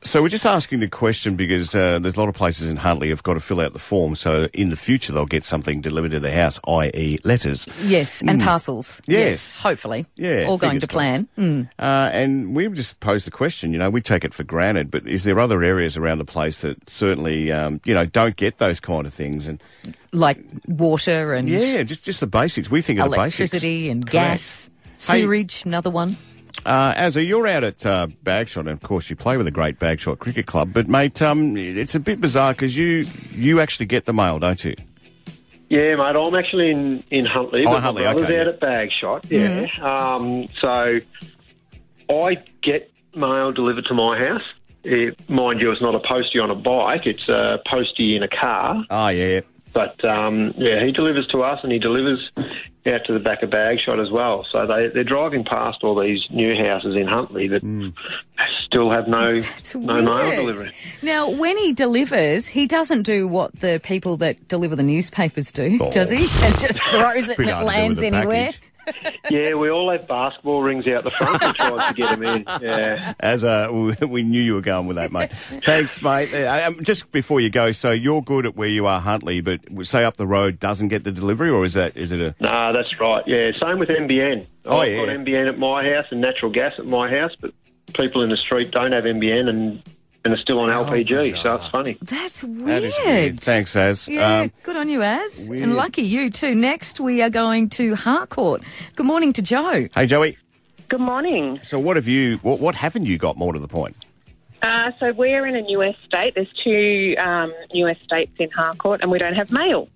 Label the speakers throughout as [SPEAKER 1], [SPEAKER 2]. [SPEAKER 1] So we're just asking the question because uh, there's a lot of places in Huntley have got to fill out the form. So in the future they'll get something delivered to their house, i.e., letters.
[SPEAKER 2] Yes, and parcels.
[SPEAKER 1] Mm. Yes.
[SPEAKER 2] hopefully.
[SPEAKER 1] Yeah,
[SPEAKER 2] all going
[SPEAKER 1] fingers
[SPEAKER 2] to
[SPEAKER 1] crossed.
[SPEAKER 2] plan.
[SPEAKER 1] Uh, and we just pose the question. You know, we take it for granted, but is there other areas around the place that certainly, um, you know, don't get those kind of things? And
[SPEAKER 2] like water and
[SPEAKER 1] yeah, just just the basics. We think of the basics.
[SPEAKER 2] electricity and
[SPEAKER 1] Correct.
[SPEAKER 2] gas,
[SPEAKER 1] Hey-
[SPEAKER 2] sewerage, another one.
[SPEAKER 1] Uh, Azza, you're out at uh, Bagshot, and of course you play with the great Bagshot Cricket Club. But mate, um, it's a bit bizarre because you you actually get the mail, don't you?
[SPEAKER 3] Yeah, mate. I'm actually in in Huntley.
[SPEAKER 1] Oh,
[SPEAKER 3] but
[SPEAKER 1] Huntley,
[SPEAKER 3] My brother's
[SPEAKER 1] okay,
[SPEAKER 3] out
[SPEAKER 1] yeah.
[SPEAKER 3] at Bagshot. Yeah. Um, so I get mail delivered to my house. It, mind you, it's not a postie on a bike. It's a postie in a car.
[SPEAKER 1] Oh yeah.
[SPEAKER 3] But um, yeah, he delivers to us, and he delivers out to the back of Bagshot as well. So they they're driving past all these new houses in Huntley that
[SPEAKER 1] Mm.
[SPEAKER 3] still have no
[SPEAKER 2] It's
[SPEAKER 3] no mail
[SPEAKER 2] weird.
[SPEAKER 3] delivery.
[SPEAKER 2] Now, when he delivers, he doesn't do what the people that deliver the newspapers do,
[SPEAKER 1] Oh.
[SPEAKER 2] does he? And just throws it
[SPEAKER 1] We know
[SPEAKER 2] and it
[SPEAKER 1] how to do
[SPEAKER 2] lands
[SPEAKER 1] with a
[SPEAKER 2] anywhere.
[SPEAKER 1] package.
[SPEAKER 3] Yeah, we all have basketball rings out the front to try to get them in. Yeah.
[SPEAKER 1] As uh, we knew you were going with that, mate. Thanks, mate. Uh, um, just before you go, so you're good at where you are, Huntley, but say up the road doesn't get the delivery, or is that is it a
[SPEAKER 3] No, that's right. Yeah, same with NBN.
[SPEAKER 1] Oh,
[SPEAKER 3] I've
[SPEAKER 1] yeah.
[SPEAKER 3] got NBN at my house and natural gas at my house, but people in the street don't have NBN and and are still on
[SPEAKER 1] Oh,
[SPEAKER 3] LPG. So it's funny.
[SPEAKER 2] That's weird.
[SPEAKER 1] that is weird? Thanks, Az.
[SPEAKER 2] Yeah,
[SPEAKER 1] Um,
[SPEAKER 2] good on you, Az.
[SPEAKER 1] weird.
[SPEAKER 2] And lucky you, too. Next, we are going to Harcourt. Good morning to Joe.
[SPEAKER 1] hey, Joey.
[SPEAKER 4] Good morning.
[SPEAKER 1] So what have you? What, what haven't you got? More to the point.
[SPEAKER 4] Uh, so we're in a new estate. There's two um, new estates in Harcourt, and we don't have mail.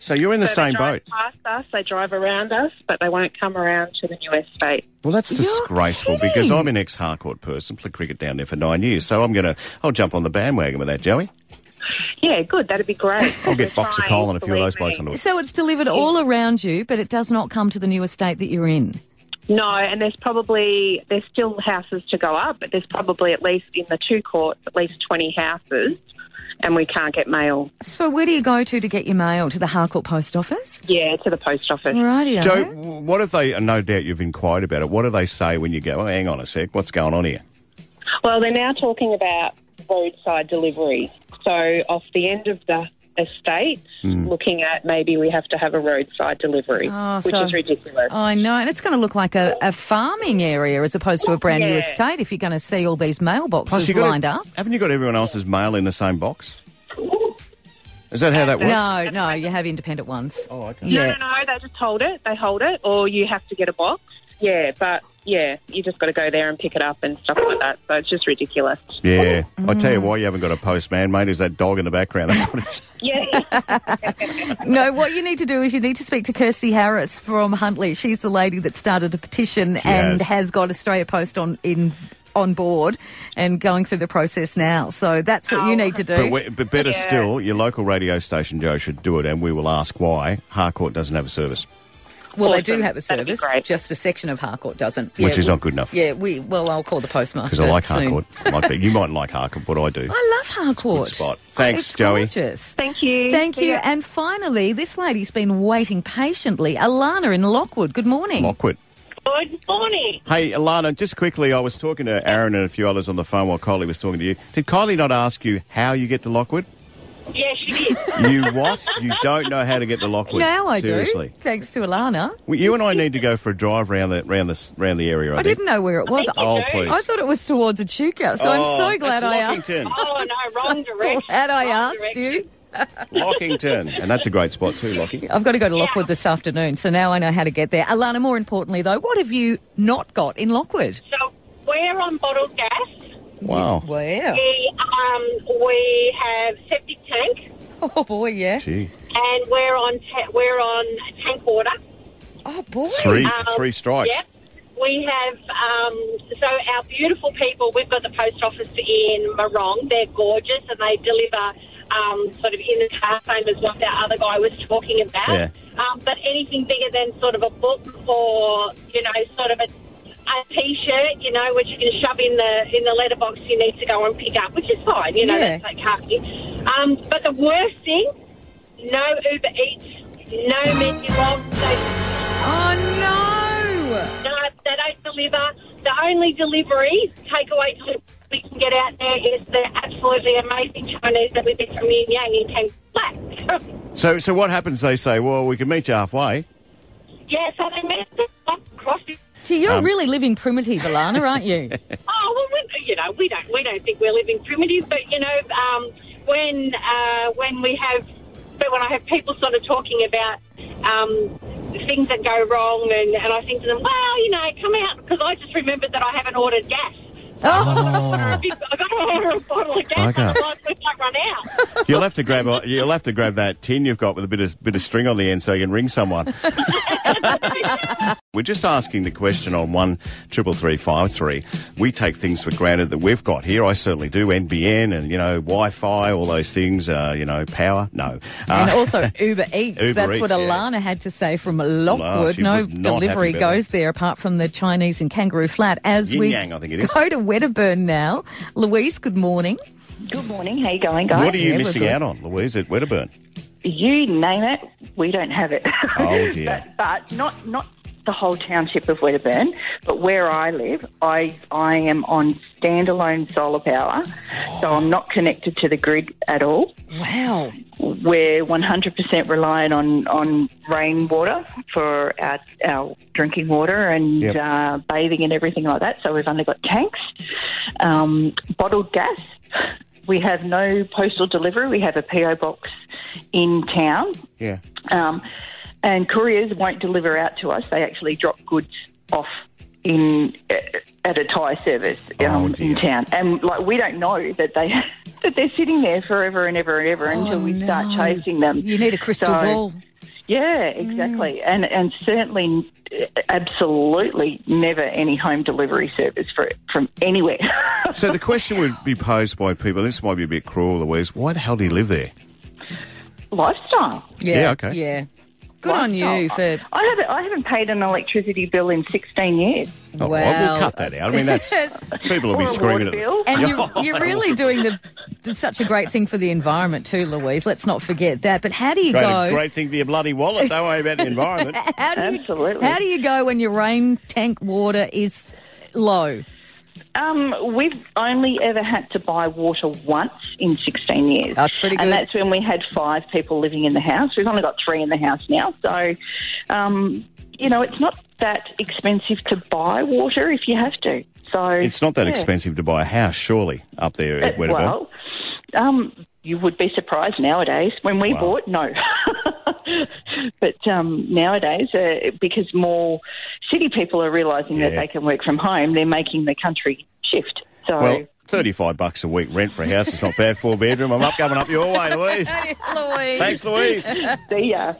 [SPEAKER 1] So you're in the
[SPEAKER 4] So
[SPEAKER 1] same
[SPEAKER 4] they drive
[SPEAKER 1] boat.
[SPEAKER 4] Past us, they drive around us, but they won't come around to the new estate.
[SPEAKER 1] Well, that's
[SPEAKER 2] You're
[SPEAKER 1] disgraceful
[SPEAKER 2] kidding.
[SPEAKER 1] because I'm an ex Harcourt person, played cricket down there for nine years, so I'm gonna I'll jump on the bandwagon with that, Joey.
[SPEAKER 4] Yeah, good. That'd be great.
[SPEAKER 1] I'll get
[SPEAKER 4] We're
[SPEAKER 1] box of
[SPEAKER 4] trying,
[SPEAKER 1] coal and a few of
[SPEAKER 4] believe
[SPEAKER 1] those blokes
[SPEAKER 4] me.
[SPEAKER 1] onto it.
[SPEAKER 2] So it's delivered all around you, but it does not come to the new estate that you're in.
[SPEAKER 4] No, and there's probably there's still houses to go up, but there's probably at least in the two courts at least twenty houses, and we can't get mail.
[SPEAKER 2] So where do you go to to get your mail? To the Harcourt post office?
[SPEAKER 4] Yeah, to the post office.
[SPEAKER 2] Righty.
[SPEAKER 1] Joe, w- what have they? and No doubt you've inquired about it. What do they say when you go? Oh, hang on a sec. What's going on here?
[SPEAKER 4] Well, they're now talking about roadside delivery. So, off the end of the estate, looking at maybe we have to have a roadside delivery,
[SPEAKER 2] Oh,
[SPEAKER 4] which
[SPEAKER 2] so-
[SPEAKER 4] is ridiculous.
[SPEAKER 2] I know, and it's going to look like a, a farming area as opposed to a brand new
[SPEAKER 4] Yeah.
[SPEAKER 2] estate if you're going to see all these mailboxes
[SPEAKER 1] you Oh, got-
[SPEAKER 2] lined up.
[SPEAKER 1] Haven't you got everyone else's mail in the same box? Is that how that works?
[SPEAKER 2] No, no, you have independent ones.
[SPEAKER 1] Oh, okay.
[SPEAKER 4] no,
[SPEAKER 2] Yeah.
[SPEAKER 4] no, no, they just hold it, they hold it, or you have to get a box. Yeah, but yeah, you just got to go there and pick it up and stuff like that. So, it's just ridiculous.
[SPEAKER 1] Yeah, I tell you why you haven't got a postman, mate. Is that dog in the background? That's what it's-
[SPEAKER 4] Yeah.
[SPEAKER 2] No, what you need to do is you need to speak to Kirsty Harris from Huntley. She's the lady that started a petition and
[SPEAKER 1] has.
[SPEAKER 2] has got Australia Post on in on board and going through the process now. So that's what you
[SPEAKER 4] Oh.
[SPEAKER 2] need to do.
[SPEAKER 1] But, we, but better still, your local radio station, Joe, should do it, and we will ask why Harcourt doesn't have a service.
[SPEAKER 2] well, they do
[SPEAKER 4] Awesome.
[SPEAKER 2] have a
[SPEAKER 4] That'd be
[SPEAKER 2] service,
[SPEAKER 4] great.
[SPEAKER 2] just a section of Harcourt doesn't,
[SPEAKER 1] Which is
[SPEAKER 2] we-
[SPEAKER 1] not good enough.
[SPEAKER 2] Yeah, we well, I'll call the postmaster
[SPEAKER 1] Because I like
[SPEAKER 2] soon.
[SPEAKER 1] Harcourt. I like that. You mightn't like Harcourt, but I do.
[SPEAKER 2] I love Harcourt.
[SPEAKER 1] Good spot. Thanks,
[SPEAKER 2] It's
[SPEAKER 1] Joey.
[SPEAKER 2] Gorgeous.
[SPEAKER 4] Thank you.
[SPEAKER 2] Thank
[SPEAKER 4] See
[SPEAKER 2] you.
[SPEAKER 4] ya.
[SPEAKER 2] And finally, this lady's been waiting patiently. Alana in Lockwood. Good morning.
[SPEAKER 1] Lockwood.
[SPEAKER 5] Good morning.
[SPEAKER 1] Hey, Alana, just quickly, I was talking to Aaron and a few others on the phone while Kylie was talking to you. Did Kylie not ask you how you get to Lockwood?
[SPEAKER 5] Yes, it is.
[SPEAKER 1] You what? You don't know how to get to Lockwood.
[SPEAKER 2] now I
[SPEAKER 1] Seriously.
[SPEAKER 2] do. Thanks to Alana.
[SPEAKER 1] Well, you and I need to go for a drive round the, round the, round the area, I,
[SPEAKER 2] I
[SPEAKER 1] think.
[SPEAKER 2] didn't know where it was.
[SPEAKER 1] Oh,
[SPEAKER 5] do.
[SPEAKER 1] please.
[SPEAKER 2] I thought it was towards Echuca, so I'm
[SPEAKER 1] Oh,
[SPEAKER 2] so glad
[SPEAKER 1] that's
[SPEAKER 2] I asked.
[SPEAKER 1] Lockington.
[SPEAKER 5] Oh, no, wrong direction.
[SPEAKER 2] Glad I
[SPEAKER 5] wrong
[SPEAKER 2] asked
[SPEAKER 5] direction.
[SPEAKER 2] you.
[SPEAKER 1] Lockington. And that's a great spot, too, Lockie.
[SPEAKER 2] I've got to go to Lockwood this afternoon, so now I know how to get there. Alana, more importantly though, what have you not got in Lockwood?
[SPEAKER 5] So we're on bottled gas.
[SPEAKER 1] Wow.
[SPEAKER 2] Wow.
[SPEAKER 5] We, um, we have septic tank,
[SPEAKER 2] Oh boy, yeah.
[SPEAKER 1] Gee.
[SPEAKER 5] and we're on ta- we're on tank water.
[SPEAKER 2] Oh boy.
[SPEAKER 1] Three, three strikes.
[SPEAKER 5] Um, Yep. We have um, so our beautiful people. We've got the post office in Morong. They're gorgeous, and they deliver um, sort of in the car, same as what that other guy was talking about.
[SPEAKER 1] Yeah.
[SPEAKER 5] Um, but anything bigger than sort of a book or you know, sort of a, a t-shirt, you know, which you can shove in the in the letterbox. You need to go and pick up, which is fine. You know,
[SPEAKER 2] Yeah.
[SPEAKER 5] that's okay. Um, but the worst thing, no Uber Eats, no menu log. So
[SPEAKER 2] Oh no. Oh,
[SPEAKER 5] no, they don't deliver. The only delivery, takeaway delivery we can get out there is the absolutely amazing Chinese that we get from Yin Yang in Tang Flat.
[SPEAKER 1] So, so what happens? They say, well, we can meet you halfway.
[SPEAKER 5] yeah, so they met across.
[SPEAKER 2] Gee, you're
[SPEAKER 1] Um,
[SPEAKER 2] really living primitive, Alana, aren't you?
[SPEAKER 5] Oh well, we, you know, we don't we don't think we're living primitive, but you know, um, when uh, when we have, but when I have people sort of talking about um, things that go wrong, and, and I think to them, well, you know, come out because I just remembered that I haven't ordered gas.
[SPEAKER 1] Oh.
[SPEAKER 5] I've got to order a bottle of gas,
[SPEAKER 1] Okay.
[SPEAKER 5] otherwise we might run out.
[SPEAKER 1] You'll have to grab a- you'll have to grab that tin you've got with a bit of bit of string on the end so you can ring someone. We're just asking the question on one triple three five three. We take things for granted that we've got here. I certainly do. NBN and you know Wi-Fi, all those things. Uh, you know power. No.
[SPEAKER 2] and
[SPEAKER 1] Uh,
[SPEAKER 2] also Uber Eats.
[SPEAKER 1] Uber
[SPEAKER 2] That's what
[SPEAKER 1] Eats, yeah.
[SPEAKER 2] Alana had to say from
[SPEAKER 1] Wow,
[SPEAKER 2] Lockwood.
[SPEAKER 1] she
[SPEAKER 2] no
[SPEAKER 1] was not
[SPEAKER 2] delivery
[SPEAKER 1] happy about
[SPEAKER 2] goes there apart from the Chinese in Kangaroo Flat. As
[SPEAKER 1] Yin
[SPEAKER 2] we
[SPEAKER 1] Yang, I think it is.
[SPEAKER 2] go to Wedderburn now, Louise. Good morning.
[SPEAKER 6] Good morning. How you going, guys?
[SPEAKER 1] what are you
[SPEAKER 2] Yeah, we're
[SPEAKER 1] missing
[SPEAKER 2] good.
[SPEAKER 1] out on, Louise at Wedderburn?
[SPEAKER 6] You name it, we don't have it.
[SPEAKER 1] Oh, dear.
[SPEAKER 6] but, but not not the whole township of Wedderburn, but where I live, I I am on standalone solar power, so I'm not connected to the grid at all.
[SPEAKER 2] Wow.
[SPEAKER 6] We're 100% reliant on on rainwater for our, our drinking water and
[SPEAKER 1] Yep.
[SPEAKER 6] uh, bathing and everything like that. So we've only got tanks, um, bottled gas. We have no postal delivery. We have a PO box in town
[SPEAKER 1] Yeah.
[SPEAKER 6] um, and couriers won't deliver out to us. They actually drop goods off in uh, at a Thai service
[SPEAKER 1] Oh,
[SPEAKER 6] um, in
[SPEAKER 1] dear.
[SPEAKER 6] town, and like we don't know that they that they're sitting there forever and ever and ever until we start
[SPEAKER 2] Oh, no.
[SPEAKER 6] chasing them.
[SPEAKER 2] You need a crystal
[SPEAKER 6] So-
[SPEAKER 2] ball. Mm.
[SPEAKER 6] Yeah, exactly, and and certainly, uh, absolutely, never any home delivery service for from anywhere.
[SPEAKER 1] So the question would be posed by people. This might be a bit cruel, Louise. Why the hell do you live there?
[SPEAKER 6] Lifestyle.
[SPEAKER 1] Yeah, okay.
[SPEAKER 2] Yeah. Good on you
[SPEAKER 6] Lifestyle.
[SPEAKER 2] for.
[SPEAKER 6] I haven't I haven't paid an electricity bill in sixteen years.
[SPEAKER 1] All right,
[SPEAKER 2] Well,
[SPEAKER 1] Oh, we'll cut that out. I mean, that's people will
[SPEAKER 6] Or
[SPEAKER 1] be
[SPEAKER 6] a
[SPEAKER 1] screaming
[SPEAKER 6] water
[SPEAKER 1] at them.
[SPEAKER 6] bill.
[SPEAKER 2] And you're, you're really doing the, the- such a great thing for the environment too, Louise. Let's not forget that. But how do you go?
[SPEAKER 1] Great, great thing for your bloody wallet. Don't worry about the environment.
[SPEAKER 2] How do you-
[SPEAKER 6] Absolutely.
[SPEAKER 2] how do you go when your rain tank water is low?
[SPEAKER 6] Um, we've only ever had to buy water once in 16 years.
[SPEAKER 2] That's pretty good.
[SPEAKER 6] And that's when we had five people living in the house. We've only got three in the house now. So, um, you know, it's not that expensive to buy water if you have to. So
[SPEAKER 1] It's not that
[SPEAKER 6] yeah.
[SPEAKER 1] expensive to buy a house, surely, up there
[SPEAKER 6] Uh,
[SPEAKER 1] at Wedderburn.
[SPEAKER 6] Well, um, you would be surprised nowadays. When we
[SPEAKER 1] Wow.
[SPEAKER 6] bought, no. but um, nowadays, uh, because more city people are realising that
[SPEAKER 1] Yeah.
[SPEAKER 6] they can work from home, they're making the country shift. So.
[SPEAKER 1] Well, 35 bucks a week rent for a house is not bad. Four bedroom. I'm up coming up your way, Louise.
[SPEAKER 2] Louise.
[SPEAKER 1] Thanks, Louise.
[SPEAKER 6] See ya.